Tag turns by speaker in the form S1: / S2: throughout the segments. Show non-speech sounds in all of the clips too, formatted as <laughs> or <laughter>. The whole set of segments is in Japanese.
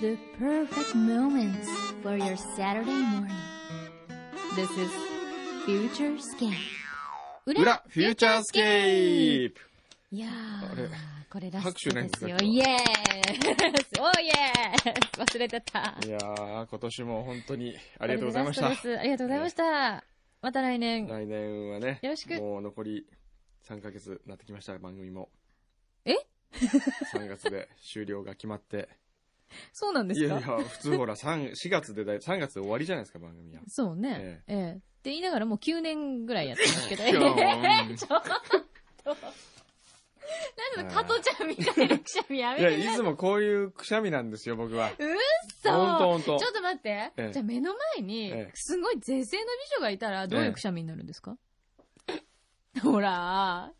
S1: The perfect moments for your Saturday morning. This is Future Scape.
S2: 裏、フューチャースケープ
S1: いやー、
S2: あれ
S1: これらし
S2: 拍
S1: い
S2: 手ないん
S1: で
S2: ですすか
S1: よ。イエーイ <laughs> おイエーイ忘れてた。
S2: いやー、今年も本当にあ
S1: あ
S2: りがとうございました。
S1: ありがとうございました。また来年。
S2: 来年はね、
S1: よろしく
S2: もう残り3ヶ月なってきました、番組も。
S1: え
S2: ?3 月で終了が決まって。
S1: そうなんで
S2: い
S1: す
S2: やい
S1: か
S2: や、普通ほら、3、4月でだい、3月で終わりじゃないですか、番組は。
S1: そうね。ええって言いながらもう9年ぐらいやってますけど。
S2: いやう
S1: <laughs>
S2: ん
S1: ちょっと。なんで加トちゃんみたいなくしゃみや
S2: い
S1: め
S2: や、
S1: てく
S2: い
S1: ださい
S2: つもこういうくしゃみなんですよ、僕は。
S1: うっそ
S2: ほんとほんと
S1: ちょ。っと待って。
S2: ええ
S1: じゃあ目の前に
S2: ええ、
S1: すごい是正の美女がいたら、どういうくしゃみになるん
S2: <laughs>
S1: ですか、ほら、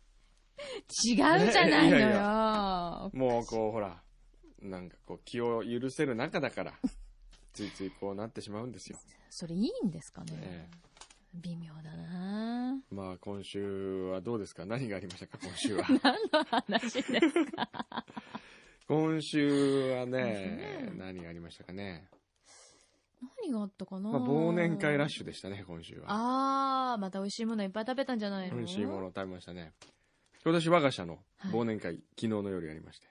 S1: 違うじゃないのよ。
S2: いやいもうこう、ほら、なんかこう、気を許せる中だから、ついついこうなってしまうんですよ。
S1: それいいんですかね、
S2: ええ
S1: 微妙だな
S2: まあ今週はどうですか何がありましたか
S1: <laughs>
S2: 今週は。
S1: 何の話です
S2: <laughs>
S1: か
S2: 今週は
S1: ね
S2: ね、何がありましたかね。
S1: 何があったかな、
S2: まあ忘年会ラッシ
S1: ュ。
S2: ュでしたね、今週は。
S1: あー、また美味しいものいっぱい食べたんじゃないの
S2: 美味しいものを食べましたね。今年我が社の忘年会、昨日の夜やりまして。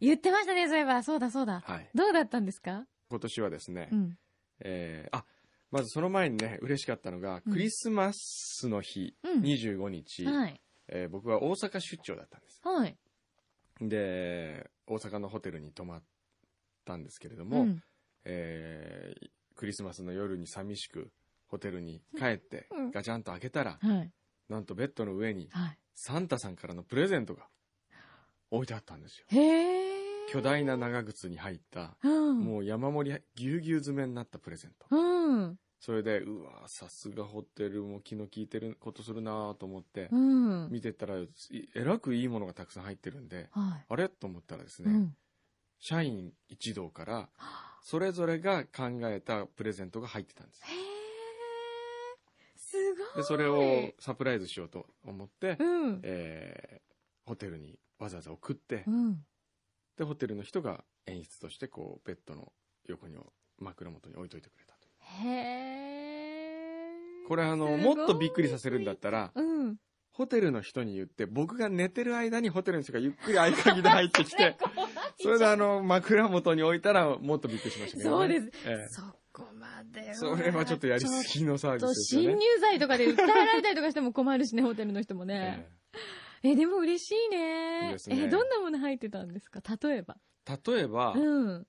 S1: 言ってましたね、そういえば。そうだそうだ。
S2: はい。
S1: どうだったんですか
S2: 今年はですね、
S1: うん。
S2: えーあ、まずその前にね、嬉しかったのが、
S1: うん
S2: クリスマスの日、
S1: うん
S2: 25日、
S1: はい。
S2: えー僕は大阪出張だったんです。
S1: はい。
S2: で、大阪のホテルに泊まったんですけれども、
S1: ん。
S2: えークリスマスの夜に寂しくホテルに帰って
S1: うん
S2: ガチャンと開けたら、
S1: はい。
S2: なんとベッドの上に
S1: は
S2: サンタさんからのプレゼントが置いてあったんですよ。
S1: い。へー。
S2: 巨大な長靴に入った、
S1: うん。
S2: もう山盛りぎゅうぎゅう詰めになったプレゼント。
S1: うん。
S2: それで、うわさすがホテルも気の利いてることするなぁと思って、
S1: うん。
S2: 見てたら、いえらくいいものがたくさん入ってるんで、
S1: は
S2: あれと思ったらです
S1: い。
S2: ね、
S1: うん。
S2: 社員一同から、それぞれが考えたプレゼントが入ってたんで
S1: へ
S2: す。
S1: ー。すごい。
S2: で、それをサプライズしようと思って、
S1: うん。
S2: えーホテルにわざわざ送って
S1: う、ん。
S2: で、ホテルの人が演出として、こう、ベッドの横に、枕元に置いといてくれたと。
S1: へー。
S2: これ、あの、
S1: すごい
S2: もっとびっくりさせるんだったら、
S1: うん。
S2: ホテルの人に言って、僕が寝てる間にホテルの人がゆっくり合鍵で入って
S1: <laughs>
S2: きて、
S1: 怖いじゃん
S2: それであの、枕元に置いたら、もっとびっくりしましたけど、
S1: そうです。
S2: え
S1: そこまで
S2: え
S1: は。
S2: それはちょっとやりすぎのサービ
S1: ちょっと
S2: スで
S1: 侵
S2: す
S1: 入
S2: よね。
S1: 罪とかで訴えられたりとかしても困るしね、ホテルの人も
S2: え
S1: ね。
S2: え
S1: え、でも嬉しいね。
S2: いいですね
S1: え、どんなもの入ってたんですか例えば。
S2: 例えば、
S1: うん。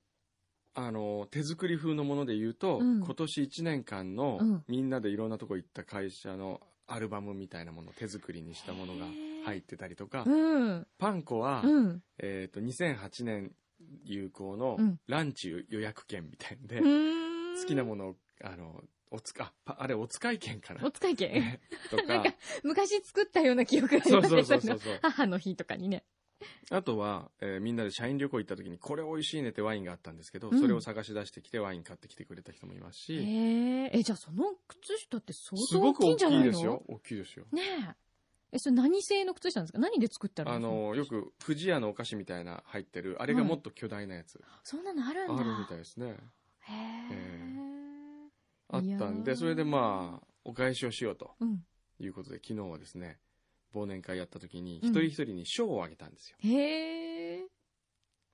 S2: あの、手作り風のもので言うと、
S1: うん
S2: 今年1年間の、
S1: うん
S2: みんなでいろんなとこ行った会社のアルバムみたいなもの、手作りにしたものが入ってたりとか、
S1: うん。
S2: パンコは、
S1: うん。
S2: えっ、と、2008年有効の
S1: うん
S2: ランチ予約券みたいんで、好
S1: 好
S2: きなものを、あの、おつか、あパあれお使い券か
S1: お
S2: な
S1: 使い券
S2: <laughs> と
S1: なん
S2: か
S1: か、昔作ったような記憶がありま
S2: そう
S1: す
S2: そう
S1: ね。
S2: そう
S1: そ
S2: そ
S1: の
S2: うそう。
S1: 母の日とかにね。
S2: あとは、えーみんなで社員旅行行った時に、これ美味しいねってワインがあったんですけど、
S1: うん
S2: それを探し出してきてワイン買ってきてくれた人もいます
S1: へ
S2: し、
S1: え。え、じゃあその靴下って相
S2: す
S1: 当
S2: ご
S1: 大
S2: く
S1: きい
S2: 大
S1: んじゃ
S2: き
S1: ない
S2: い
S1: の
S2: ですよ。大きいですよ。
S1: ねえ。え、それ何製の靴下なんですか何で作ったら
S2: あの、よ。く、不二家のお菓子みたいな入ってる、あれがもっと巨大なやつ、
S1: そんなのあるんだ。
S2: あるみたいですね。
S1: へえ。
S2: あったん
S1: いや
S2: で、
S1: ー
S2: それでまあ、お返しをしようと
S1: うん。
S2: いうことで、昨日はですね、忘年会やった時に、
S1: うん
S2: 一人一人に賞をあげたんですよ。
S1: へえ。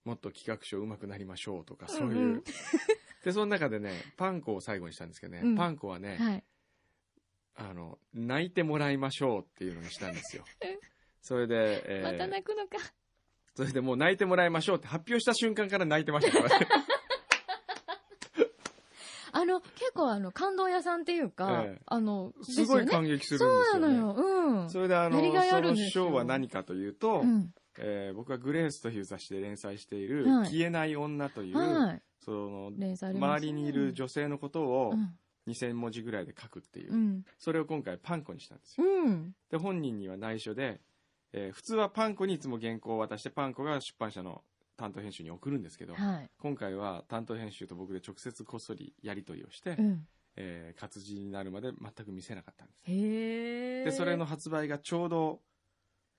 S2: もっと企画書上手くなりましょうとか、
S1: うん
S2: そういう。
S1: うん
S2: <laughs> で、その中でね、パン粉を最後にしたんですけどね、
S1: うん
S2: パン粉はね、
S1: はい。
S2: あの、泣いてもらいましょうっていうのにした
S1: <laughs>
S2: んですよ。それで、えー
S1: また泣くのか。
S2: それでもう泣いてもらいましょうって発表した瞬間から泣いてましたからね。
S1: あの、結構あの、感動屋さんっていうか
S2: ええ、
S1: あの、
S2: すごい
S1: ですよね
S2: 感激するんです
S1: そ
S2: よ、ね。
S1: うなのよ。うん。
S2: それであの、
S1: やりがいあ
S2: そ
S1: るん
S2: の
S1: ですよ
S2: 賞は何かというと、
S1: うん。
S2: えー僕はグレースという雑誌で連載している、
S1: はい
S2: 消えない女という、
S1: はい。
S2: その、
S1: 連載あります
S2: 周
S1: ね
S2: りにいる女性のことを
S1: うん
S2: 2000文字ぐらいで書くっていう、
S1: うん。
S2: それを今回パンコにしたんですよ。
S1: うん。
S2: で、本人には内緒で、えー普通はパンコにいつも原稿を渡して、パンコが出版社の担当編集に送るんですけど、
S1: はい。
S2: 今回は担当編集と僕で直接こっそりやり取りをして、
S1: うん。
S2: えー活字になるまで全く見せなかったんです。
S1: へえ。
S2: で、それの発売がちょうど、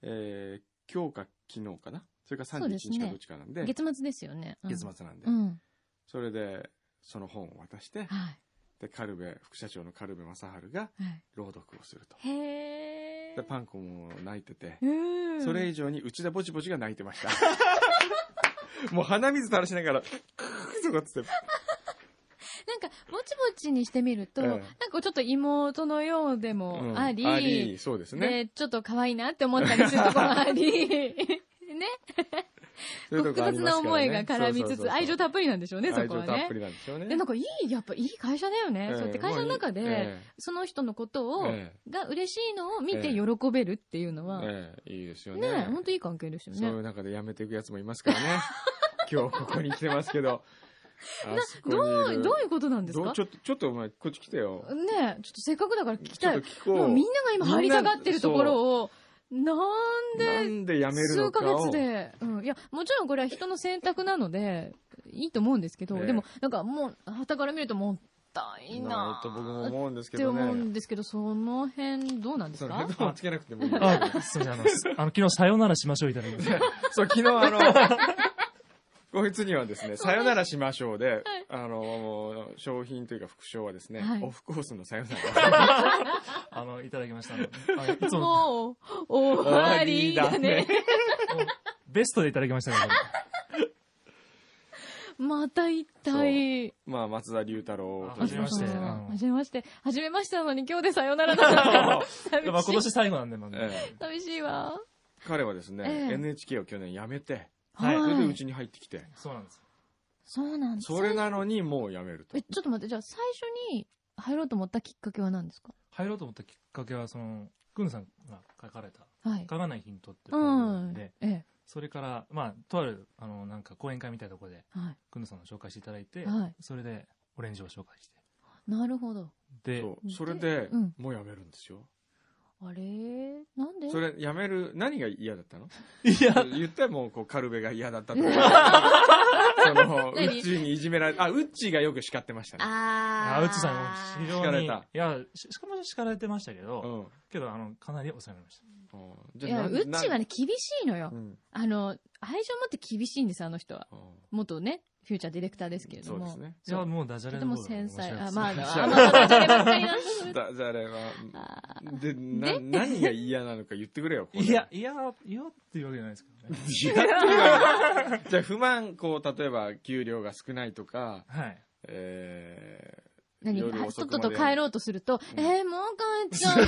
S2: えー今日か昨日かなそれか
S1: そう
S2: 31
S1: です
S2: 日か
S1: ね
S2: どっちかなんで、
S1: 月末ですよね。うん
S2: 月末なんで、
S1: うん。
S2: それで、その本を渡して、
S1: は
S2: で、カルベ、副社長のカルベ正治が
S1: い。はい。
S2: 朗読をすると。
S1: へえ。
S2: で、パンコも泣いてて、
S1: うん。
S2: それ以上に内田ぼちぼちが泣いてました。もう鼻水垂らしながら、クーとかっつって、
S1: なんか、もちもちにしてみると、
S2: ええ
S1: なんかちょっと妹のようで
S2: うん
S1: もあり、
S2: あり、そうですね。
S1: で、ちょっと可愛いなって思ったりするとこもあ
S2: <laughs>
S1: り、ね、
S2: そういう
S1: 複
S2: とこあり
S1: 雑な
S2: ますからね
S1: 思いが絡みつつ、愛情たっぷりなんでしょうね、そこは
S2: 愛情たっ
S1: ね
S2: ぷ。りなんですよね。
S1: で、なんかいい、やっぱいい会社だよね。
S2: ええ
S1: そうやって会社の中で、
S2: まあいいえ
S1: その人のことを、
S2: え
S1: が嬉しいのを見
S2: え
S1: て
S2: え
S1: 喜べるっていうのは、ね
S2: ええいいですよね。
S1: え、ほんといい関係ですよ
S2: そうい
S1: ね。
S2: う中で辞めていくやつもいますか
S1: <laughs>
S2: らね。今日ここに来てますけど。あそこ
S1: ど
S2: に
S1: う、どういううことなんです
S2: ど
S1: か
S2: うちょっと、ちょっとお前、こっち来てよ。
S1: ねえ、ちょっとせっかくだから聞き
S2: ちょ
S1: た
S2: っと
S1: い。
S2: 聞
S1: も
S2: こ
S1: う
S2: う。
S1: みんなが今入りたがってるところを、なん
S2: な
S1: で
S2: んで辞める
S1: 数
S2: の
S1: ヶ
S2: かを。
S1: 月で、うん。いや、もちろんこれは人の選択なので、いいと思うんですけど、
S2: ね
S1: でも、なんかもう、旗から見るともったいな
S2: まあえっと僕も
S1: っ
S2: 思うんですけ
S1: て
S2: ど
S1: 思う
S2: ね。
S1: んですけど、その辺どうなんです
S2: その
S1: か
S2: ヘッドホンつけなくてもいい。
S3: あ、すいません、あの、す <laughs> あの昨日さよならしましょういただきました。
S2: そう、昨日あの、こいつにはですね、さよならしましょうで、あの、商品というか副賞はですね
S1: はい、
S2: オフコースのさよなら。 <laughs>
S3: あの、いただきました。あのあのいつも、
S1: <laughs> もう、終わりだね。
S3: ベストでいただきましたから、
S1: また一体。
S2: まあ、松田龍太郎と
S3: はじめまして
S1: あそう
S3: あの
S1: はじめまして。はじめましてなのに今日でさよならだ。寂し <laughs>
S3: まあ今
S1: い。
S3: 年最後なんで、まあ、
S2: <laughs> ええ
S1: 寂しいわ。
S2: 彼はですね、
S1: ええ
S2: NHK を去年辞めて、
S3: はい
S2: それで
S1: は
S2: う
S1: い。
S2: ちに入ってきて、
S3: そうなんです。
S1: そうなんです。
S2: それなのにもう辞めると
S1: え、。ちょっと待って、じゃあ最初に入ろうと思ったきっかけは何ですか
S3: 入ろうと思ったきっかけは、その、くんさんが書かれた、
S1: はい。
S3: 書かないヒントっていう
S1: う
S3: 本
S1: ん
S3: で、。
S1: ええ。
S3: それから、まあ、とある、あの、なんか講演会みたいなところで、
S1: は
S3: くんさんの紹介していただいて、
S1: はい
S3: それで、オレンジを紹介して。
S1: い。なるほど。
S3: で、
S2: そう。
S1: で
S2: それで、
S1: うん
S2: もう辞めるんですよ。
S1: あれなんで
S2: それ、辞める、何が嫌だっ
S1: <laughs>
S2: たの
S3: <laughs> いや、
S2: 言ったらもう、こう、カルベが嫌だったとか。
S1: <laughs>
S2: その、ウ
S1: 何
S2: ッチーにいじめられ、あ、ウッチーがよく叱ってましたね。
S1: あ
S3: あうつさんも非常に、い
S2: 叱られ
S3: や、ししかも叱られてましたけど、
S2: うん。
S3: けど、あの、かなり抑えられました。
S2: うん
S1: いや、うちは、
S2: な
S1: ね、厳しいのよ
S2: なう。ん
S1: あの、愛情持って厳しいんです、あの人は。
S2: うん
S1: 元ね、フューチャーディレクターですけれど
S2: そう
S1: も。
S2: ですね。
S3: いや、もうダジャ
S1: と
S3: レ
S1: て
S3: の
S1: も
S3: 方が面
S1: 繊
S3: 白い
S1: 細。
S3: です
S1: あ、まあ、あ
S2: 面
S1: ま
S2: 白い
S1: あ、ダジャレばっかりなんですけど
S2: だじゃああれは、
S1: あー
S2: で、な、何が嫌なのか言ってくれよ。これ
S3: いや、いや、いやっていうわけじゃないですけどね。
S2: 嫌って言わ
S1: <laughs>
S2: ないじゃあ不満、こう、例えば、給料が少ないとか、
S3: はい。
S2: え
S1: 何
S2: 夜
S1: あ
S2: 遅
S1: とっ
S2: くま
S1: と
S2: で
S1: と帰ろうとすると、
S2: うん
S1: えー、もう帰っちゃうよっ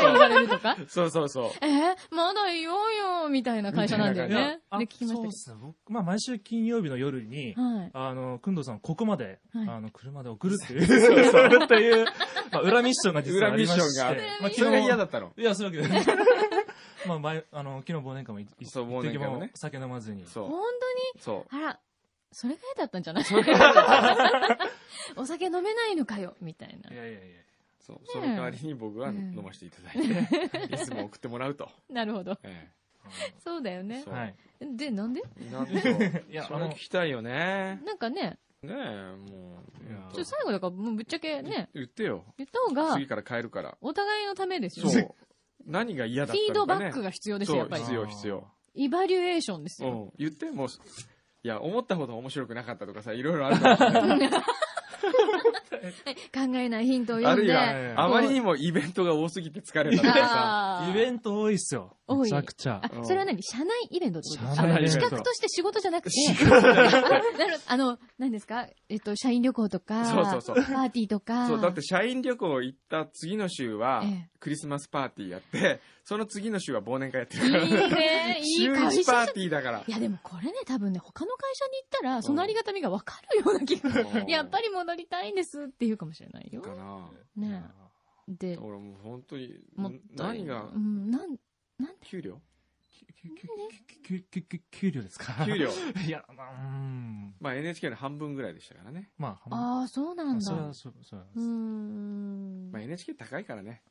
S1: て言われるとか
S2: ー、そうそうそう。
S1: えー、まだいようよみたいな会社なんだよ
S2: みたい
S1: ね。で、聞きま
S3: そう
S1: し
S3: ですね。僕、まあ、毎週金曜日の夜
S1: たけ、
S3: に
S1: ど。はい。
S3: あの、くんどさんをここまで、
S1: はい
S3: あの、車で送るっていう、送るって
S1: <laughs>
S3: いう、まあ、裏ミッションが実は
S2: 裏
S3: あ
S2: ミッ
S3: りま
S2: シ
S3: して。
S2: ョンがある。
S1: 裏
S3: まあ、
S1: ミッシ
S3: 昨日
S2: それが嫌だったの。
S3: いや、そういうわけで。まあ、前、あの、昨日忘年会もい一
S2: そう忘年
S3: 滴
S2: 会も
S3: も
S2: ね
S3: 酒飲まずに。
S2: そ
S1: 本当
S2: う。そ。
S1: にあら、それが嫌だったんじゃないう
S2: それが嫌だったの
S1: <laughs> お酒飲めないのかよみたいな。
S3: いやいやいや。
S2: そう。その代わりに僕は
S1: うん
S2: 飲ませていただ
S1: <laughs>
S2: いて、いつも送ってもらうと。
S1: なるほど。
S2: え
S1: そうだよね
S2: そ。う
S3: はい。
S1: で、なんで
S2: えなんと、
S3: いや、
S2: そ
S3: あ
S2: れ
S3: の
S2: 聞、きたいよね。
S1: なんかね、
S2: ねえ、もう。
S3: いや
S2: ほんと
S1: ちょ最後だから、もうぶっちゃけね、
S2: 言ってよ。
S1: 言った方が
S2: 次、から変えるから。
S1: お互いのためですよ
S2: そ
S1: ね。
S2: う。何が嫌だ
S1: フ
S2: った
S1: ィード
S2: のか
S1: バ
S2: ね。
S1: ックが必要ですよ、
S2: そ
S1: やっ
S2: う、
S1: ぱり。
S2: 必要必要。
S1: イバリュエーションです
S2: う
S1: よ。
S2: ん。言って、もう、いや、思ったほど面白くなかった
S1: <laughs>
S2: とかさ、いろいろあるからね
S1: 考えないヒントを
S2: あ
S1: 読
S2: る
S1: ん
S2: い
S1: で、
S3: こ
S2: は、あ
S3: う
S2: まりにもイベントが多すぎて疲れたとかさ。
S1: あー
S3: イベント多いっすよ。
S1: 多い
S3: めちゃくちゃ。
S1: あ、それは何社内イベントってことです
S3: 社
S1: か
S3: 内イベント
S1: あ企画として仕事じゃなくて、なるほどあの、何ですかえっと、社員旅行とか、
S2: そうそうそう
S1: パーティーとか。
S2: そう、だって社員旅行行った次の週は
S1: ええ、
S2: クリスマスパーティーやって、その次の週は忘年会やって
S1: い
S2: るから。
S1: いね、いい
S2: 週
S1: 会
S2: 1
S1: 社
S2: パ
S1: じゃ
S2: ーティーだから
S1: い。やでもこれね、多分ね、他の会社に行ったら、そのありがたみがわかるような気が、
S2: うん
S1: やっぱり戻りたいんですって言うかもしれないよ。
S2: かな
S1: ねで、
S2: 俺もう本当に
S1: もったい
S2: 何が
S1: うん、なん、
S2: 給料
S3: 給給給給料ですか
S2: 給
S1: <laughs>
S2: 料
S3: いや、まあ、うーん。
S2: まあ NHK の半分ぐらいでしたからね、
S3: まあ、
S1: ああ、そうなんだ。
S3: そううそうそうなん
S1: ー
S3: です。
S1: ん
S2: まあ、。NHK 高いからね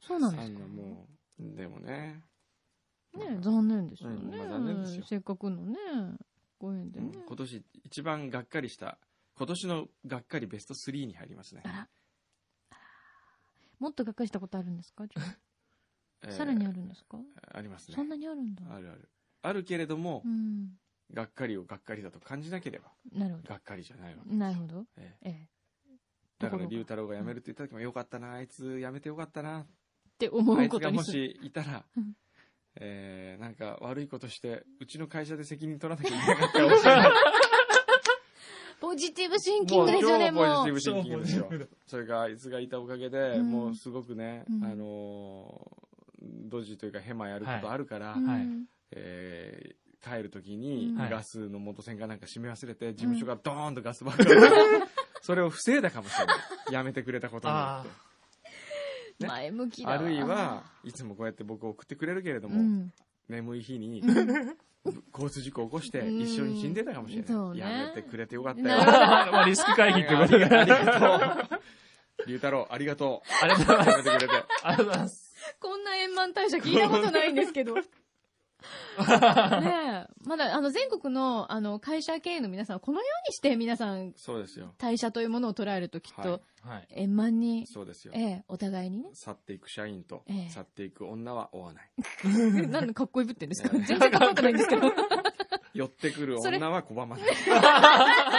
S1: そうな
S2: あ
S1: ん
S2: ん
S1: ですか。
S2: なもうでもね
S1: ね残念ですよね。
S2: うんまあ残念ですよ
S1: せっかくのね、ご縁で
S2: うん
S1: ね。
S2: 今年一番がっかりした今年のがっかりベスト3に入りますね
S1: あ、ら。もっとがっかりしたことあるんですか、
S2: <laughs> えー
S1: さらにあるんですか
S2: ありますね
S1: そんなにあるんだ。
S2: あるあるあるけれども、
S1: うん。
S2: がっかりをがっかりだと感じなければ、
S1: なるほど。
S2: がっかりじゃないわけです。
S1: なるほど。
S2: ええ
S1: ええ。
S2: だ
S1: とこ
S2: から、
S1: ろが
S2: 龍太郎が辞めるって言った時も、よかったな、あいつ辞めてよかったな、
S1: って思
S2: あ
S1: う
S2: いつ
S1: こと
S2: が
S1: に
S2: も
S1: する。
S2: しいたら
S1: うん、
S2: えー、なんか悪いことして、うちの会社で責任取らなきゃいけなかったかもし
S1: <laughs>
S2: れない。
S1: ポジティブシンキン
S2: もう
S1: グですよね、
S2: 超ポジ
S1: も
S2: ティ
S1: う。
S2: ブシンキングですよ <laughs>
S3: そうポジティブだ。
S2: それがあいつがいたおかげで、
S1: うん
S2: もうすごくね、
S1: うん
S2: あのードジというかヘマやることあるから、
S1: うん
S3: はい
S2: えー帰るとき
S1: う
S2: に
S1: ん
S2: ガスの元栓がなんか閉め忘れて、事務所がドーンとガス爆
S1: <laughs>
S2: 発、それを防いだかもしれない。やめてくれたことによって。ね
S1: 前向きだ。
S2: あるい、はいつもこうやって僕を送ってくれるけれど
S1: う
S2: も、
S1: ん。
S2: 眠い日に
S1: うん
S2: 交通事故を起こして
S1: うん
S2: 一緒に死んでたかもしれ
S1: そう
S2: ない。
S1: ね
S2: やめてくれてよかった
S1: なる
S2: よ
S1: ほ。ど
S3: まあ、リスク回避ってことで。あ
S2: ありがとう。龍太郎、ありがと
S3: りがとうご
S2: う。
S3: ざいます。
S2: やめてくれて。
S3: ありがとうございます。
S1: こんな円満退社聞いたことないんですけ
S2: <laughs>
S1: ど。ねえ。まだ、あの、全国の、あの、会社経営の皆さんは、このようにして皆さん、
S2: そうですよ。
S1: 退社というものを捉えるときっ
S2: は
S1: と
S2: い、
S3: はい。
S1: 円満に、
S2: そうですよ。。
S1: ええ、お互いにね
S2: 去っていく社員と、
S1: ええ
S2: 去っていく女は追わない。
S1: なんでかっこいぶってんですか
S2: ええ
S1: 全然かっこよくないんです
S2: <laughs>
S1: けど。
S2: 寄ってくる
S1: それ
S2: 女は拒まない。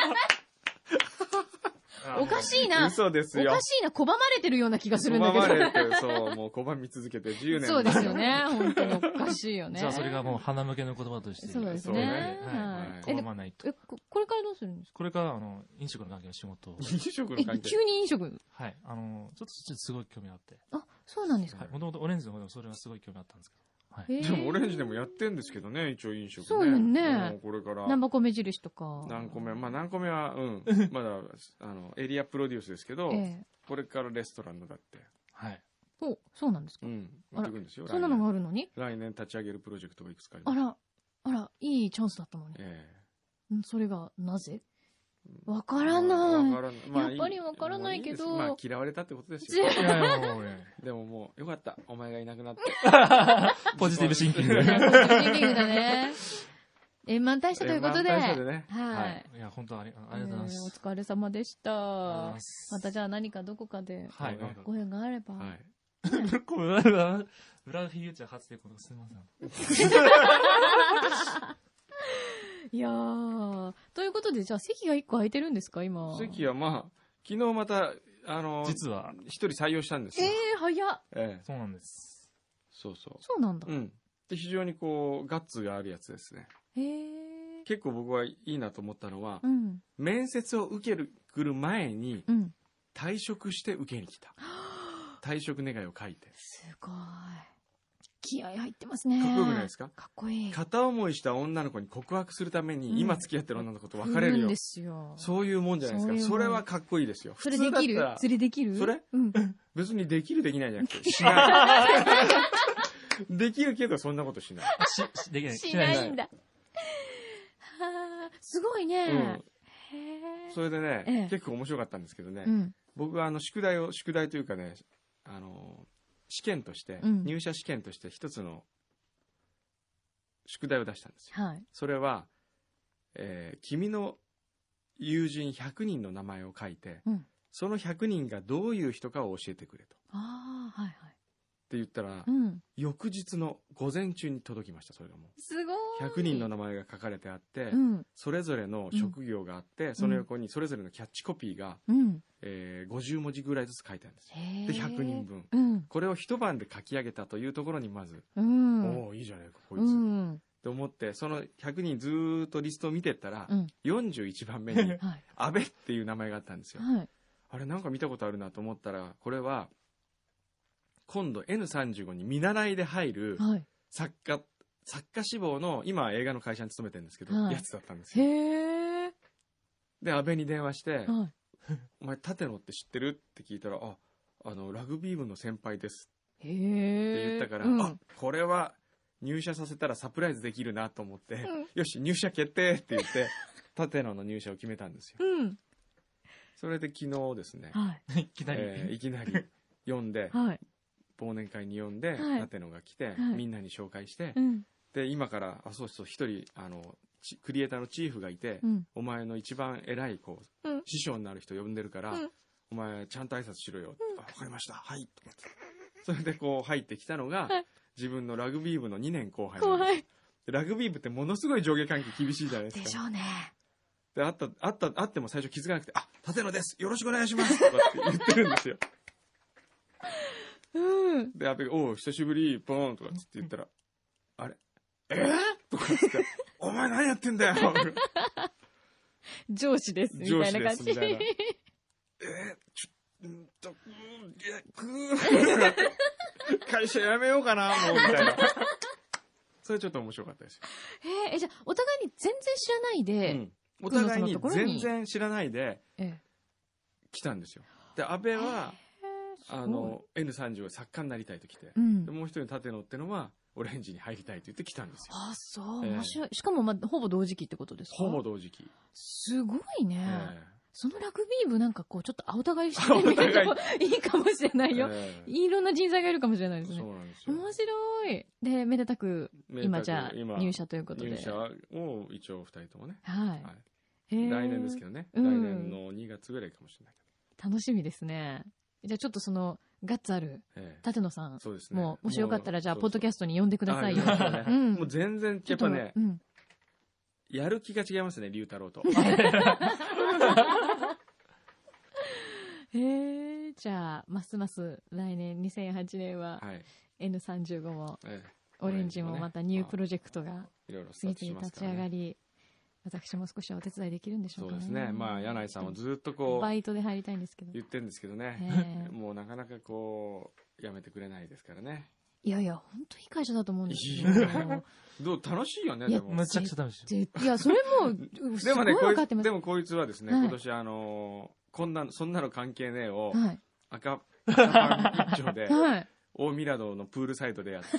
S1: おかしいな。
S2: 嘘です
S1: お
S2: よ
S1: か。しいな。拒まれてるような気がするんだけ
S2: ま
S1: ど。
S2: れて、そう、もう拒み続けて10年
S1: そうですよ。ね。本当におかしいよね。
S3: じゃあ、それがもう鼻向けの言葉として。
S1: そうです
S2: そう
S1: ね
S2: ね。
S1: は
S2: はい
S1: い。え
S3: 拒
S1: で
S3: まないと。
S1: え、ここれからどうするんですか
S3: これから、あの、飲食の関係の仕事を。
S2: 飲食の
S1: え、
S2: 関係。
S1: 急に飲食
S3: はい。あの、ちょっとそっちすごい興味があって。
S1: あ、そうなんですか
S3: はい。もともとオレンジの方でもそれはすごい興味あったんですけど。はい。
S1: へえ
S2: でもオレンジでもやってんですけどね、一応飲食ね。
S1: そうよね
S2: もうこれから。
S1: 生米印とか。
S2: 何個目まあ何個目は、うん。まだ、あの、エリアプロデュースですけど、
S1: ええ。
S2: これからレストランのだって。
S3: はい。
S1: お、そうなんです
S2: う
S1: か
S2: ん。
S1: あら
S2: やっていくんですよ。
S1: そんなのがあるのに
S2: 来年来年立ち上げるプロジェクトがいくつかありま
S1: あ
S2: す。
S1: ら、あら、いいチャンスだったのに。
S2: ええ。
S1: んそれが、なぜ
S2: うん
S1: わから
S2: わ
S1: ない。
S2: からない
S1: やっぱりわからないけど
S2: もういいですまあ嫌われたってことですよ。
S3: いやいや、もうね、
S2: でももう、よかった。お前がいなくなって。
S3: <laughs> ポジティブシンキング。
S1: いや、
S3: い
S1: 本当にリビングだね。
S2: <laughs>
S1: 円満退社ということで。
S2: 円満退社でね
S1: は
S2: はいい。
S3: や、本当ありありがとうございま
S1: えーお
S3: す。
S1: 疲れ様でした。
S3: ありがとうござい
S1: ま
S3: ます
S1: たじゃあ何かどこかで
S3: はい。
S2: はい
S1: ご縁があれば。
S2: はい。
S3: <laughs> こう裏裏、裏フィーチャー初でこのすみません。
S1: いやー。ということで、じゃあ席が一個空いてるんですか今。
S2: 関はまあ、昨日また、あの、
S3: 実は、
S2: 一人採用したんです
S1: え
S2: よ。
S1: ー、早っ。
S2: ええ
S3: そうなんです。
S2: そうそ
S1: そうなんだ
S2: う。う。ん。で、非常にこう、ガッツがあるやつですね。
S1: へえ。
S2: 結構僕はいいなと思ったのは
S1: う、ん。
S2: 面接を受ける、来る前に、
S1: うん。
S2: 退職して受けに
S1: <laughs>
S2: 来た。退職願いを書いて。
S1: すごい。気合入ってますね。
S2: かっこよくないですか
S1: かっこいい。
S2: 片思いした女の子に告白するために、
S1: うん
S2: 今付き合ってる女の子と別れる
S1: いるん
S2: よ
S1: で。すよ。
S2: そういうもんじゃないです
S1: そういう
S2: か。
S1: もん
S2: それはかっこいいですよ。
S1: それでき
S2: 普通
S1: る
S2: だったら
S1: それできる
S2: それ
S1: うん。
S2: 別にできるできないじゃ
S1: <laughs>
S2: なくて、しない。できるけどそんなことしない。
S3: あし、しできない。
S1: しない
S3: で
S1: ん
S3: す。
S1: だ。はあ、すごいね。
S2: うん
S1: へえ。
S2: それでね、
S1: ええ
S2: 結構面白かったんですけどね、
S1: うん。
S2: 僕はあの宿題を、宿題というかね、あの、試験として、
S1: うん
S2: 入社試験として一つの宿題を出したんですよ。
S1: はい。
S2: それは、えー君の友人100人の名前を書いて、
S1: うん
S2: その100人がどういう人かを教えてくれと。っ
S1: ああ、はいはい。
S2: て言ったら、
S1: うん。
S2: 翌日の午前中に届きました、それがも
S1: すご
S2: う。
S1: い。
S2: 100人の名前が書かれてあって、
S1: うん。
S2: それぞれの職業があって、その横にそれぞれのキャッチコピーが、
S1: うん。
S2: えー50文字ぐらいずつ書いてあるんですよ。
S1: へえ。
S2: で、100人。分。
S1: うん。
S2: これを一晩で書き上げたというところにまず、
S1: うん。
S2: おおいいじゃないか、こいつ。
S1: う
S2: っ
S1: ん。
S2: て思って、その100人ずーっとリストを見てったら、
S1: うん、
S2: 41番目に
S1: はい。
S2: 安倍っていう名前があったんですよ。
S1: はい。
S2: あれ、なんか見たことあるなと思ったら、これは、今度 N35 に見習いで入る
S1: はい。
S2: 作家、作家志望の、今は映画の会社に勤めてるんですけど、
S1: はい
S2: やつだったんですよ。
S1: へえ。
S2: で、安倍に電話して、
S1: はい。
S2: お前、立野って知ってるって聞いたら、あ、あの、ラグビー部の先輩です
S1: へ
S2: って
S1: え。
S2: 言ったから、
S1: うん
S2: あ、これは入社させたらサプライズできるなと思って、
S1: うん
S2: よし、入社決定って言って、立野の入社を決めたんですよ。
S1: うん。
S2: それで昨日ですね、
S1: はい。
S3: いきなり。
S2: えーいきなり読
S1: <laughs>
S2: んで、
S1: はい。
S2: 忘年会に呼んで、
S1: はい
S2: 立野が来て、
S1: い
S2: みんなに紹介して
S1: う、ん。
S2: で、今から、あ、そうそう、一人、あの、チクリエイターのチーフがいて、
S1: うん。
S2: お前の一番偉い子、
S1: うん
S2: 師匠になる人呼んでるから、
S1: うん
S2: お前ちゃんと挨拶しろよ、あわかりましたはいと思ってそれでこう入ってきたのが、
S1: はい
S2: 自分のラグビー部の2年後輩
S1: 怖
S2: なんで
S1: い。
S2: ラグビー部ってものすごい上下関係厳しいじゃないですか。
S1: でしょうね。
S2: で、あった、あった、あっても最初気づかなくて、あ、立野ですよろしくお願いしますとかって言ってるんですよ。
S1: うん。
S2: で、阿部が、おう、久しぶり、ポーンとかつって言ったら、あれえぇ、とかつって、 <laughs> お前何やってんだよ
S1: 上司です。みたいな感じ。
S2: 上司ですみた
S1: <laughs>
S2: いなうんと、うん、いや、くー会社辞めようかな、もう、みたいな。それちょっと面白かったですよ。
S1: えーえ、じゃあ、お互いに全然知らないうで、
S2: ん。お互
S1: 工藤さん
S2: いに
S1: のところ
S2: 全
S1: に
S2: 然知らないで
S1: え
S2: 来たんですよ。で、安倍
S1: え
S2: は、
S1: えー
S2: あの、N35 作家になりたいと来て、
S1: すごいうん
S2: で。もう一人の立野ってのは、オレンジに入りたいと言って来たんですよ。
S1: あ、そう、
S2: ええ
S1: 面白い。しかも、まあ、ほぼ同時期ってことですか
S2: ほぼ同時期。
S1: すごいね、
S2: え
S1: そのラグビー部なんかこう、ちょっと青互いして
S2: <laughs>
S1: みる
S2: 青
S1: のもいいかもしれな
S2: え
S1: いよ、
S2: ええ
S1: いろんな人材がいるかもしれないですね。
S2: そうなんですよ。
S1: 面白い。で、めでたく、
S2: 明
S1: 今
S2: 確
S1: じゃあ、
S2: 今
S1: 入社ということで。
S2: 入社を一応二人ともね。
S1: はい。
S2: は
S1: へ
S2: い、
S1: え
S2: 来年ですけどね。
S1: う
S2: 来
S1: ん
S2: 年の2月ぐらいかもしれない
S1: 楽しみですね。じゃあちょっとその、ガッツある、
S2: けど。ええ
S1: 舘野さん、
S2: そうですね。
S1: もう、もしよかったらじゃあ、ポッドキャ
S2: ス
S1: ストに呼んでく
S2: ト
S1: ださいよ。う
S2: ね。
S1: ん
S2: もう全然、やっぱね
S1: ち、ょとうん。
S2: やる気が違いますね、龍太郎と。
S1: <laughs> へえ、じゃあ、ますます来年2008年は
S2: はい。
S1: N35 も
S2: え
S1: オレンジもまたニュープロジェクトが
S2: えいろいろスター
S1: 次々
S2: トします
S1: 立ち
S2: から
S1: 上が
S2: ね。
S1: り、私も少しはお手伝いできるんでしょ
S2: そうう
S1: かね。
S2: ですね。まあ、柳井さんもずっとこ
S1: バ
S2: う、
S1: イトで入りたいんですけど。
S2: 言ってるんですけど
S1: え
S2: ね
S1: え。
S2: <laughs> もうなかなかこう、やめてくれないですからね。
S1: いやいや、本当いい会社だと思うんです
S2: い
S1: よ。
S2: やどう、楽しいよね、
S1: いや
S2: でも。
S3: むちゃくちゃ楽しい。
S1: でいや、それもう、す
S2: で
S1: ご
S2: も
S1: い
S2: ね、こ
S1: 分
S2: い
S1: かって
S2: つ、
S1: ます
S2: で。もこいつはですね、
S1: はい
S2: 今年あのーこんな、そんなの関係ねえを、
S1: は
S2: 赤、赤パン一丁で
S1: い。、 <laughs> はい。
S2: 大ミラドのプールサイドでやって、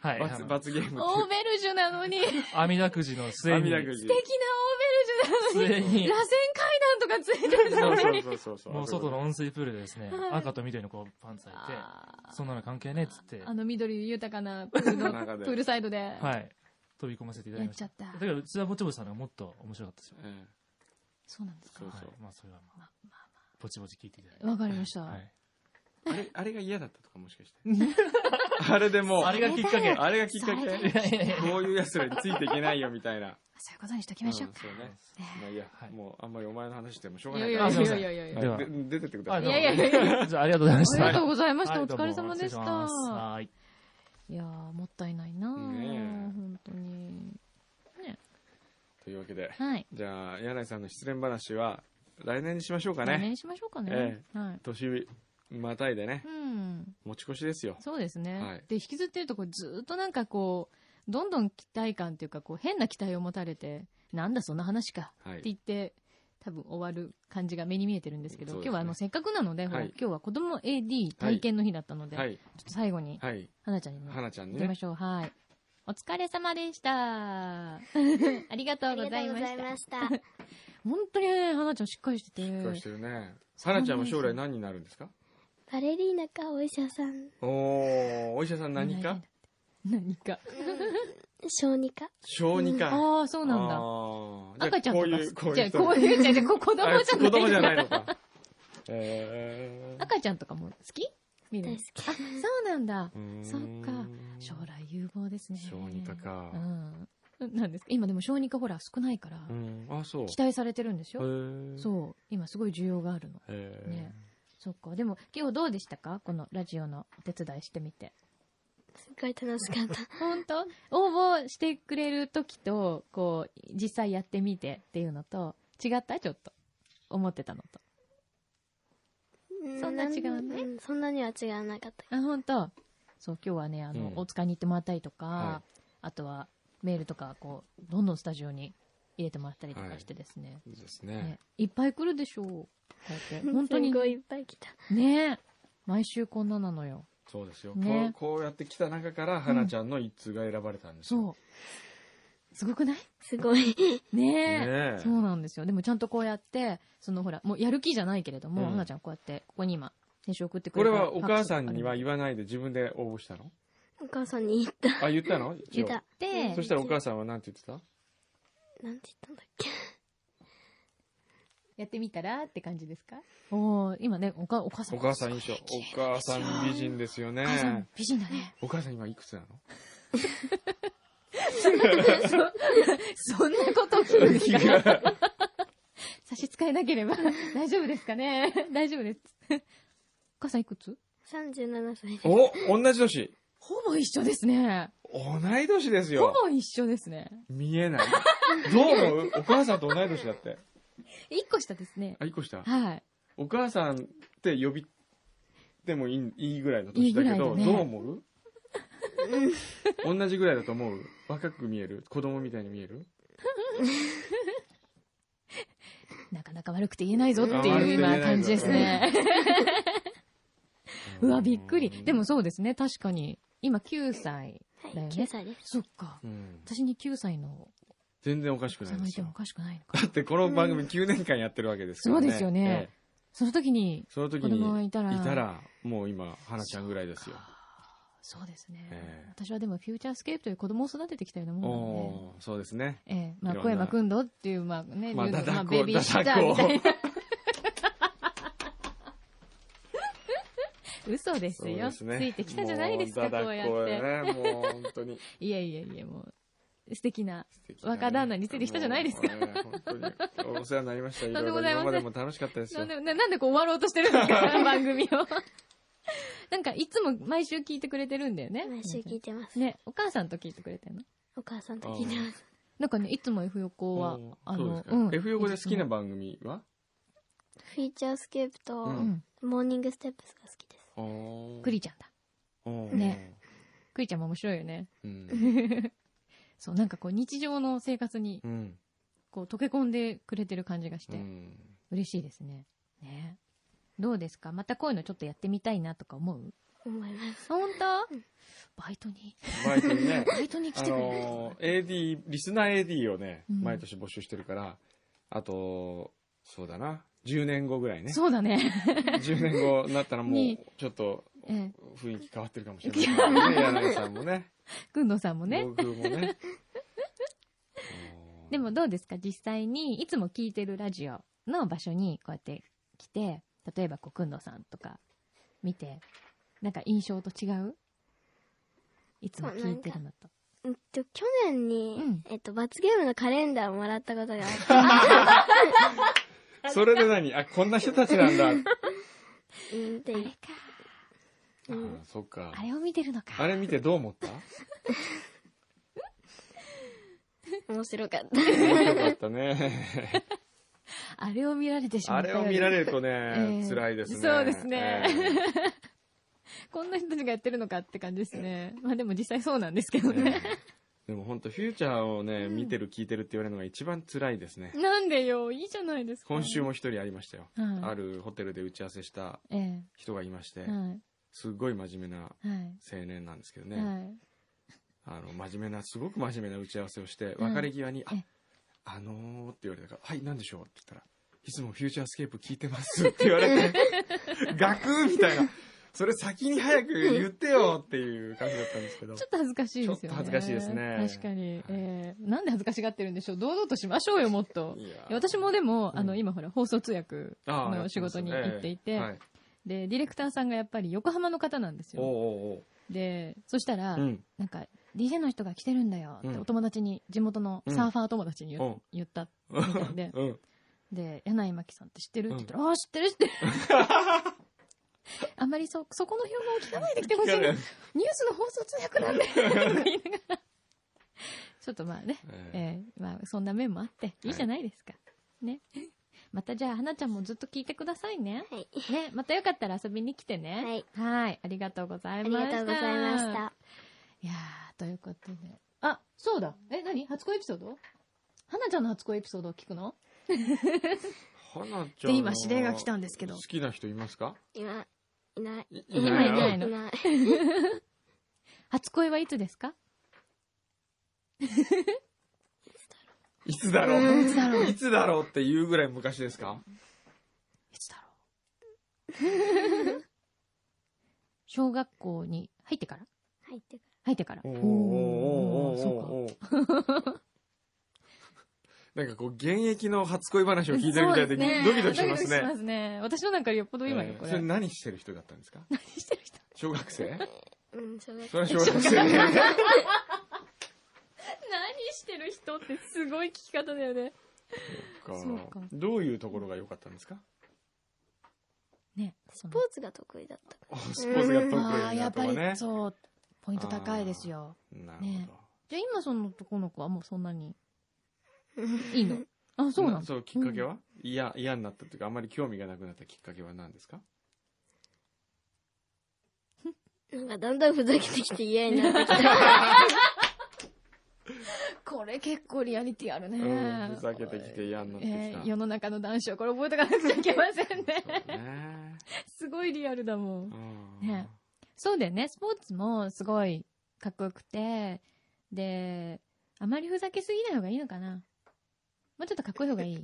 S3: はい。
S2: 罰、
S3: あ
S2: 罰ゲーム
S1: オーベルジュなの
S2: <laughs>
S1: に、素敵な
S3: の網だくじの末
S2: ア
S3: に
S2: ミ、ラくじ。
S1: オーベルジュなの
S3: 末
S1: に、
S3: に
S1: 螺旋、階段とかついてる
S2: そ
S1: の
S2: う
S1: に。
S2: そうそうそうそう。
S3: もう外の温水プールでですね
S1: はい、
S3: 赤と緑のこうパンツ履いて、
S1: あー
S3: そんなの関係ねえっつって、
S1: あ
S3: は
S1: の緑豊かなプールの
S2: 中で
S1: プールサイドで、
S3: い。飛び込ませていただ
S1: や
S3: き
S1: っ
S3: まし
S1: ち
S3: た。
S1: ゃった
S3: だ。けど、内田ぼちぼちさんのがもっと面白かったですよ。
S2: え
S1: そうなんですか。
S2: そ
S1: わ、
S2: うそう
S3: はいまあ、それはまあ、
S1: まあま
S3: ぼちぼち聞いていただいて。
S1: かりました。
S3: はい。
S2: えあれ、あれが嫌だったとかもしか
S3: <laughs>
S2: して。あれでもう、
S3: あれがきっかけ。
S2: あれがきっか
S1: そう
S2: け
S1: だ
S2: こ
S1: よ
S3: いやいやいや
S2: ういう奴らについていけないよみたいな。
S1: そういうことにしときましょうか。
S2: んそうね。
S1: ね
S2: まあいいや、
S3: はい
S2: もうあんまりお前の話してもしょうが
S1: い
S2: な
S1: や
S2: い
S1: い
S2: か
S1: や
S2: ら
S3: あ
S1: い
S3: すいませ
S1: や
S3: ん
S1: いやいやいや
S2: は
S3: では
S2: で出てってくだ
S3: <laughs> あ
S2: さい。
S3: どう
S1: いや
S3: も
S1: いやいやいや
S3: じゃあ、ありがとうございまし
S1: あ
S3: た。
S1: りがとうございました。
S3: はい
S1: お疲れ様でし
S3: ど
S1: た。
S3: うも失礼しますはい。
S1: いやー、もったいないなー、
S2: ねえ
S1: 本当に。
S2: というわけで、
S1: はい。
S2: じゃあ、柳井さんの失恋話は、来年にしましょうか
S1: 来
S2: ね。
S1: 年しましょうかね。
S2: え
S1: はい。
S2: 年またいでね
S1: う、ん。
S2: 持ち越しですよ。
S1: そうですね。
S2: はい
S1: で、引きずってるとこうずーっとなんかこう、どんどん期待感っていうか、こう、変な期待を持たれて、なんだそんな話か
S2: は
S1: って言
S2: い。
S1: って、多分終わる感じが目に見えてるんですけど、
S2: そうですね
S1: 今日はあのせっかくなので、ほら
S2: はい
S1: 今日は子供 AD 体験の日だったので、
S2: はい。
S1: ちょっと最後に、
S2: はい。
S1: 花ちゃんにね、
S2: 花ちゃん
S1: 行きま
S2: ね。
S1: しょう。はい。お疲れ様で
S4: <laughs>
S1: した。ありがと
S4: あ
S1: う
S4: り
S1: ご
S4: が
S1: ざ
S4: と
S1: いうま
S4: ご
S1: し
S4: ざい
S1: た。
S4: ました。
S1: 本当にね、花ちゃんしっかりしてて。
S2: こうしてるね。花ちゃんは将来何になるんですか
S4: バレリーナかお医者さん、
S2: おー、お医者さん何か
S1: 何か。
S4: 小児科。
S2: 小児科。
S1: ああ、そうなん
S2: あ
S1: だ。
S2: ーじゃあ
S1: 赤ちゃんと
S2: こ
S1: か
S2: ういう、こう
S1: じ
S2: い
S1: ゃ
S2: う
S1: あ
S2: 人。
S1: こういう、じゃあじゃあこ子供
S2: あ
S1: じゃ
S2: 子供じゃ
S1: な
S2: ないいの <laughs> か。えー
S1: 赤ちゃんとかも好き見る
S4: 大
S1: の
S4: 好
S1: あ、そうなんだ。
S2: うーん
S1: そっか将来有望ですね。
S2: 小児科か
S1: うん。なんですか今でも小児科ほら少ないから、
S2: うん。あ、そう。
S1: 期待されてるんでし
S2: へ
S1: ょ
S2: ー
S1: そう。今すごい需要があるの。
S2: へー
S1: ねそっか。でも今日どうでしたかこのラジオのお手伝いしてみて。
S4: すごい楽しかった。
S1: 本当応募してくれる時と、こう、実際やってみてっていうのと、違ったちょっと。思ってたのと。 <laughs> そんな違うね
S4: んそんなには違わなかった。
S1: あ、本当そう、今日はね、あの、
S2: うん
S1: 大塚に行ってもらったりとか、
S2: は
S1: あとはメールとか、こう、どんどんスタジオに入れてもらったりとかしてですね。
S2: です
S1: い
S2: ね
S1: ね。いっぱい来るでしょう。こうやって。
S2: <laughs>
S1: 本当に
S4: す。ごいいっぱい来た。
S1: ね毎週こんななのよ。
S2: そうですよ。
S1: ね
S2: こうこうやって来た中から、花ちゃんの一通が選ばれたんですよ。
S1: そう。すごくない
S4: すごい。
S1: ねえ。
S2: ねえ
S1: そうなんですよ。でもちゃんとこうやって、そのほら、もうやる気じゃないけれども、
S2: うん
S1: はなちゃんこうやって、ここに今、編集送ってく
S2: こ
S1: れ
S2: れ
S1: た
S2: はお母さんに
S1: ファ
S2: は
S1: ック
S2: 言わないで自分で応募したの
S4: お母さんに言った。
S2: あ、言ったの
S4: 言った。
S1: 言って
S2: そしたらお母さんはなんて言ってた
S4: なんて言ったんだっけ。
S1: スやってみたらって感じですかおー今ね、おかお母さん。
S2: お母さん印象。お母さん美人ですよ
S1: お母さ
S2: ね <laughs>
S1: ん。美人だね。
S2: お母さん今いくつなの
S1: そそんなこと聞くん
S2: <laughs>
S1: ですか差し支えなければ大丈夫ですかね大丈夫です。お母さんいくつ
S4: 37歳です。
S2: お、同じ年。
S1: ほぼ一緒ですね。
S2: 同い年です
S1: ほ
S2: よ。
S1: ぼ一緒ですね。
S2: 見えない。どうも、お母さんと同い年だって。
S1: 一個下ですね。
S2: あ、一個した。
S1: はい。
S2: お母さんって呼び、でもいいいいぐらいの年だけど、
S1: いいぐらいだね
S2: どう思う同じぐらいだと思う若く見える子供みたいに見える
S1: なかなか悪くて言えないぞって
S2: あ悪く
S1: い
S2: て
S1: う
S2: 言えない
S1: 今
S2: ぞ
S1: 感じですね。 <laughs> うわ、びっくり。でも、そうですね。確かに。今9歳。
S4: はい、
S1: だよね
S4: 9歳です。
S1: そっか。
S2: うん、
S1: 私に9歳の
S2: 全然おかしく
S1: お子
S2: な
S1: さ
S2: い
S1: んが
S2: で
S1: い
S2: す
S1: て
S2: よ
S1: もお。かしくないのか。
S2: だってこの番組9年間やってるわけですからね。
S1: そうですよね
S2: ええ。
S1: その時に、
S2: その時
S1: 子供が
S2: に
S1: いたら。
S2: いたら、もう今、花ちゃんぐらいですよ。
S1: そうですね、
S2: ええ
S1: 私はでもフューチャースケープという子供を育ててきたようなもんなので。
S2: おーそうですね。
S1: ええ、まあ、
S2: いろんな
S1: 小山くんどっていう、まあね、
S2: まあ、
S1: 竜
S2: だ
S1: のま
S2: だ
S1: あ、
S2: こ
S1: ベ、ビー
S2: だ
S1: シッタ
S2: だ
S1: ー
S2: こ
S1: みたいな。嘘ですよ
S2: そうですね
S1: ついてきたじゃないですか、
S2: も
S1: こうやって。
S2: だだこね、もう本当に。
S1: いやいやいや、もう、素敵な。
S2: 素敵なね
S1: 若旦那についてきたじゃないですか
S2: もうね本当にお世話になりました。いろ
S1: <laughs> とん
S2: い
S1: で
S2: ろ
S1: もない
S2: 今までも楽しかったです
S1: な
S2: よ
S1: ん。で、ななんでこう終わろうとしてるんです
S2: <laughs>
S1: か、番組を。なんか、いつも毎週聞いてくれてるんだよね。
S4: 毎週聞いてます。
S1: ね、お母さんと聞いてくれてるの
S4: お母さんと聞いてます。
S1: なんかね、いつも F 横は
S2: おー、
S1: あ
S2: そう
S1: の
S2: です、か。F 横で好きな番組は
S4: フィーチャースケープと、
S2: う
S1: うんん。
S4: モーニングステップスが好きです。
S1: クリちゃんだ。ね。クリちゃんも面白いよね。
S2: おーうん。
S1: <laughs> そう、なんかこう日常の生活に
S2: うん。
S1: こう溶け込ん <laughs> でくれてる感じがし
S2: う
S1: て、
S2: ん
S1: 嬉しいですね。ねどうですかまたこういうのちょっとやってみたいなとか思う
S4: 思います。
S1: 本当、バイトに、
S2: バイトにね。
S1: バイトに来
S2: あ
S1: てくれる、
S2: のー、AD、リスナー AD をね、
S1: うん
S2: 毎年募集してるから、あと、そうだな、10年後ぐらいね。
S1: そうだね。
S2: 10年後になったらもう
S1: に、
S2: ちょっと、
S1: ええ、
S2: 雰囲気変わってるかもしれないからね。柳さんもね。
S1: くんどさんもね。
S2: 僕もね。
S1: <laughs> でもどうですか実際にいつも聞いてるラジオの場所にこうやって来て例えばこうくんどさんとか見てなんか印象と違ういつも聞いてるのと
S4: うんと、去年に、
S1: うん
S4: えっと、罰ゲームのカレンダーをもらったことがあって、
S2: それで何あ、こんな人たちなんだ。
S4: うんで
S1: あれか
S2: あーそっか
S1: あ。れを見てるのか
S2: あれ見てどう
S1: <laughs>
S2: 思った
S4: 面白かっ
S2: 面白かったね。
S1: あれを見られてしま
S2: あ
S1: った
S2: れ
S1: よう
S2: を
S1: で
S2: 見られるとね、
S1: ええ
S2: 辛いですね。
S1: そうですね
S2: え
S1: こんな人たちがやってるのかって感じですね <laughs> まあでも実際そうなんですけど
S2: え
S1: ね、
S2: <laughs> でも本当フューチャーをね、
S1: うん
S2: 見てる聞いてるって言われるのが一番辛いですね。
S1: <laughs> なんでよいいじゃないですか
S2: 今週も一人ありましたよ。
S1: はい
S2: あるホテルで打ち合わせした
S1: ええ
S2: 人がいまして、
S1: は
S2: すっごい真面目ない
S1: はい
S2: 青年なんですけどね。
S1: はい
S2: あの、真面目な、すごく真面目な打ち合わせをして、
S1: うん
S2: 別れ際に、あ
S1: ええ、
S2: あのーって言われたから、はい、なんでしょうって言ったら、いつもフューチャースケープ聞いてますって言わ
S1: <laughs>
S2: れて、ガクーみたいな、それ先に早く言ってよっていう感じだったんですけど
S1: ちょ、っと恥ずかしいですよね。
S2: ちょっと恥ずかしいですね
S1: 確かに。えーなんで恥ずかしがってるんでしょう堂々としましょうよ、もっと。
S2: いやー
S1: 私もでも、
S2: うん
S1: あの、今ほら、放送通訳
S2: あー
S1: の仕事に
S2: やます
S1: 行っていて、
S2: ええはい
S1: で、ディレクターさんがやっぱり横浜の方なんです
S2: おう
S1: よ。
S2: おう
S1: で、そしたら、
S2: おううん。
S1: なんか、DJ の人が来てるんだよって、
S2: うん
S1: お友達に、地元のサーファー友達に言,、
S2: うん、
S1: 言ったみたい <laughs> で
S2: うん。
S1: で、柳井真紀さんって知ってるって言ったら、ああ、知ってる知って <laughs> る。あんまりそ、そこの評判を聞かないで来てほしいなニュースの放送通訳なんで、 <laughs> とか言いながら。ちょっとまあね、
S2: ええ
S1: えーまあそんな面もあって、いいじゃないですか。ね。またじゃあ、花ちゃんもずっと聞いてくださいね。
S4: た。はい。
S1: ね、またよかったら遊びに来てね。はい。ありがとうござ
S4: あ
S1: い
S4: り
S1: ました。
S4: がとうございまし。た。
S1: いやー、ということで。あ、そうだ。え、何初恋エピソード花ちゃんの初恋エピソードを聞くの
S2: 花ちゃんは。
S1: で、今指令が来たんですけど
S2: 好。きな人いますか
S4: 今、いない。
S2: い
S1: いないいないの
S4: いない。
S1: 初恋はいつですか
S2: いつだろう
S1: いつだろう
S2: いつだろうっていうぐらい昔ですか
S1: いつだろう小学校に入ってから
S4: 入ってか
S1: 入ってから。
S2: おー
S1: お
S2: お
S1: ー
S2: ー
S1: そうか。
S2: おーおーおーなんかこう、現役の初恋話を聞いてるみたいでドキドキしますね。
S1: 私のなんかよっぽど今よ、
S2: えー
S1: こ
S2: それ
S1: れ。
S2: 何してる人だったんですか
S1: 何してる人 <laughs>
S2: 小学生
S4: ら。うん、小学
S2: それは小学生。
S1: 人ってすごい聞き方だよね。
S2: か
S1: そうか
S2: どういうところが良かったんですか
S1: ね、
S4: スポーツが得意だったか
S2: あスポーツが得意
S1: ああー、や
S2: な
S1: っ
S2: と
S1: ぱ
S2: か
S1: り、
S2: ね。
S1: そう、ポイント高いですよ。
S2: なる
S1: ね
S2: ほど。
S1: じゃあ今その男の子はもうそんなに
S4: ら。
S1: いいのあ、そうなの
S2: そう、きっかけは嫌、嫌になったというか、あまり興味がなくなったきっかけは何ですか
S4: なんかだんだんふざけてきて嫌になってきた。
S1: これ結構リアリティあるね。
S2: うんふざけてきて嫌になってきた
S1: えー世の中の男子はこれ覚えとかなくちゃいけませんね。
S2: そうね。
S1: <laughs> すごいリアルだもん
S2: う。ん
S1: ねそうだよね。スポーツもすごいかっこよくて、で、あまりふざけすぎない方がいいのかな。もうちょっとかっこいい方がいい。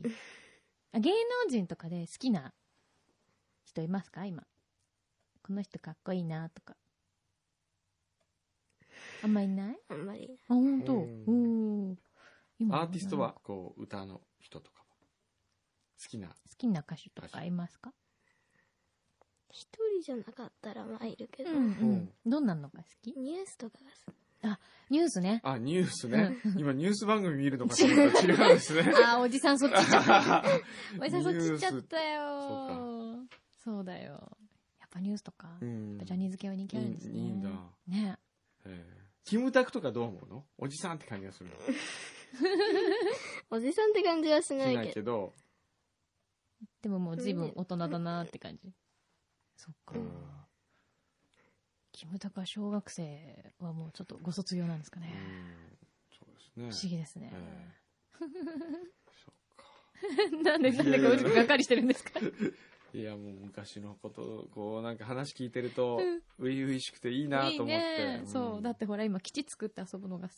S1: あ芸能人とかで好きな人いますか今。この人かっこいいなとか。あんまいない
S4: あんまり。
S1: あ、本当。
S2: う
S1: おお。今
S2: アーティストは、こう、歌の人とかも。好きな。
S1: 好きな歌手とかいますか
S4: 一人じゃなかったらまあいるけ
S1: う
S4: ど、
S1: ん
S2: 手うん
S1: うん。どんなのが好き
S4: ニュースとかが好
S1: ニュースね。
S2: あ、ニュースね。今、ニュース番組見るのかと思ったら違うんです
S1: <laughs>
S2: ね。
S1: <laughs> あー、おじさんそっち行っちゃった。おじさんそっち行っちゃった
S2: ニ
S1: よ。そうだよ。やっぱニュースとか、
S2: う
S1: やっ
S2: ん
S1: ぱジャニーズ系は人気あるんですね。
S2: いいいいんだ
S1: ね。
S2: えーキムタクとかどう思うのおじさんって感じがするの。
S4: おじさんって感じはしな
S2: し
S4: い
S2: ないけ
S4: けど。
S2: ど、
S1: でももう随分大人だなって感じ。そっか
S2: う。ん
S1: キムタクは小学生はもうちょっとご卒業なんですかね。
S2: そうで
S1: 不
S2: す
S1: 思
S2: ね。
S1: 議ですね。 <laughs>
S2: えーそっか
S1: なんで、なんでかうるくがっかりしてるんですか
S2: いや、もう昔のこと、こう、なんか話聞いてると
S1: うん、
S2: 初々しくていいなと思
S1: い
S2: って。
S1: いね。
S2: ん
S1: そう。だっ。てほら今基地作って遊ぶのが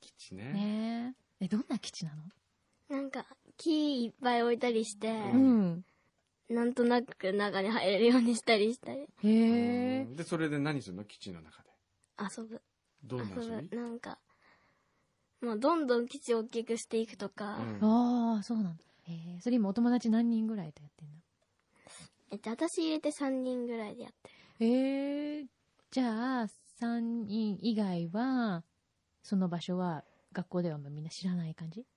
S2: 基地ね。
S1: ねえ。え、どんな基地なの
S4: なんか、木いっぱい置いたりして、
S2: う
S1: うん。
S4: なんとなく中に入れるようにしたりしたり、
S1: へえ
S2: う。んで、それで何するの基地の中で。
S4: 遊ぶ。
S2: どんな遊
S4: 遊
S2: び
S4: ぶ。なんか、まあどんどん基地を大きくしていくとか、
S2: うん
S1: ああ、そうなんだ。へえ。それ今お友達何人ぐらいとやってんの
S4: えっと、私入れて3人ぐらいでやってる。
S1: へえ。じゃあ、3人以外は、その場所は学校ではもうみんな知らない感じ
S4: 知っ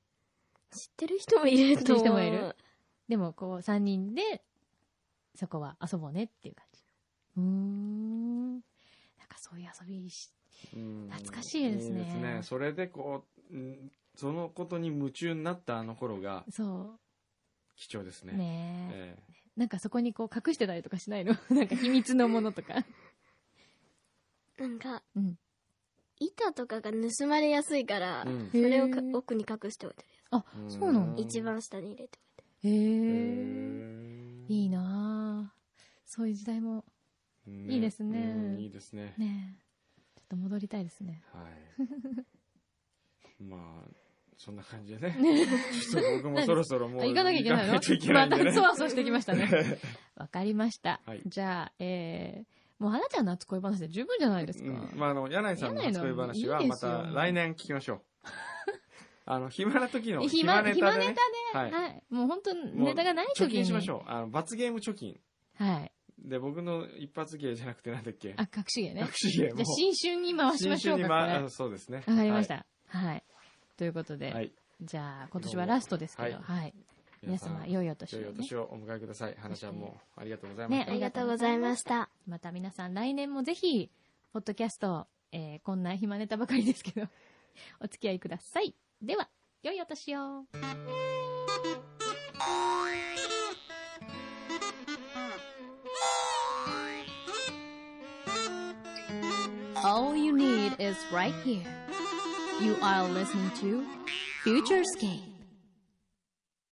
S4: てる人もいると
S1: 知
S4: 思う。
S1: ってる人もいるでもこう3人で、そこは遊ぼうねっていう感じ。うーん。なんかそういう遊びし、
S2: うん
S1: 懐かしいですね
S2: いいですね。それでこう、うんそのことに夢中になったあの頃が
S1: そ
S2: 貴重です
S1: う。
S2: ね。
S1: ねえ。
S2: ええ
S1: なんかそこにこう隠してたりとかしないの <laughs> なんか秘密のものとか。
S4: なんか、
S1: うん。
S4: 板とかが盗まれやすいから、
S2: うん
S4: それをか
S1: へー
S4: 奥に隠しておいて
S1: あ、
S2: うん
S1: そうなの
S4: る。一番下に入れて
S1: へ
S2: へ
S1: え。
S2: ー
S1: いいなあそういう時代も
S2: ね
S1: いいですね
S2: うんいいですね。
S1: ねえ。ちょっと戻りたいです
S2: <laughs>
S1: ね。
S2: はい。まあ、そんな感じでね。ちょっと僕もそろそろも
S1: あ
S2: う。
S1: 行かなきゃいけないの
S2: 行かといけないんで
S1: また
S2: ね
S1: そ。わそわしてきました
S2: <laughs>
S1: ね。わかりました。
S2: はい
S1: じゃあ、えー、もう花ちゃんの初恋話で十分じゃないですか。
S2: うんまあ、あの、柳井さんの初恋話はい
S1: いで
S2: ます
S1: よ
S2: た来年聞きましょう。 <laughs> あの、暇な時の
S1: え
S2: 暇
S1: 暇
S2: ネ
S1: ネ
S2: タ
S1: タ
S2: で、
S1: で
S2: ね
S1: ね。
S2: はい。
S1: はい。もう本当ネタがない時
S2: 貯
S1: に。
S2: 金しましょう。あの、罰ゲーム貯金。
S1: う。はい。
S2: で、僕の一発芸じゃなくてなんだっけ
S1: あ、隠し芸ね
S2: 隠。し芸
S1: じゃあ、
S2: も。
S1: 新春に回しましょうか、
S2: 新
S1: これ。
S2: 春にま
S1: わ
S2: あそうですね。
S1: かりました。はい。ということで、
S2: はい。はい。
S1: じゃあ、今年はラストですけど、
S2: はい
S1: はい。皆様、
S2: よ
S1: 良いお年を、
S2: い
S1: ね。
S2: お年をお迎えください。花ちゃんもありがとうございま
S1: ね
S2: し
S1: あ
S4: あ
S2: た。
S1: り
S4: り
S1: が
S4: が
S1: と
S4: と
S1: う
S4: う
S1: ご
S4: ご
S1: ざ
S4: ざ
S1: い
S4: い
S1: ま
S4: ま
S1: し
S4: した。
S1: また皆さん来年もぜひ、ポッドキャスト、えーこんな暇ネタばかりですけど、 <laughs> お付き合いください。では、良いお年を。All you need is right here. You are listening to Future Skate.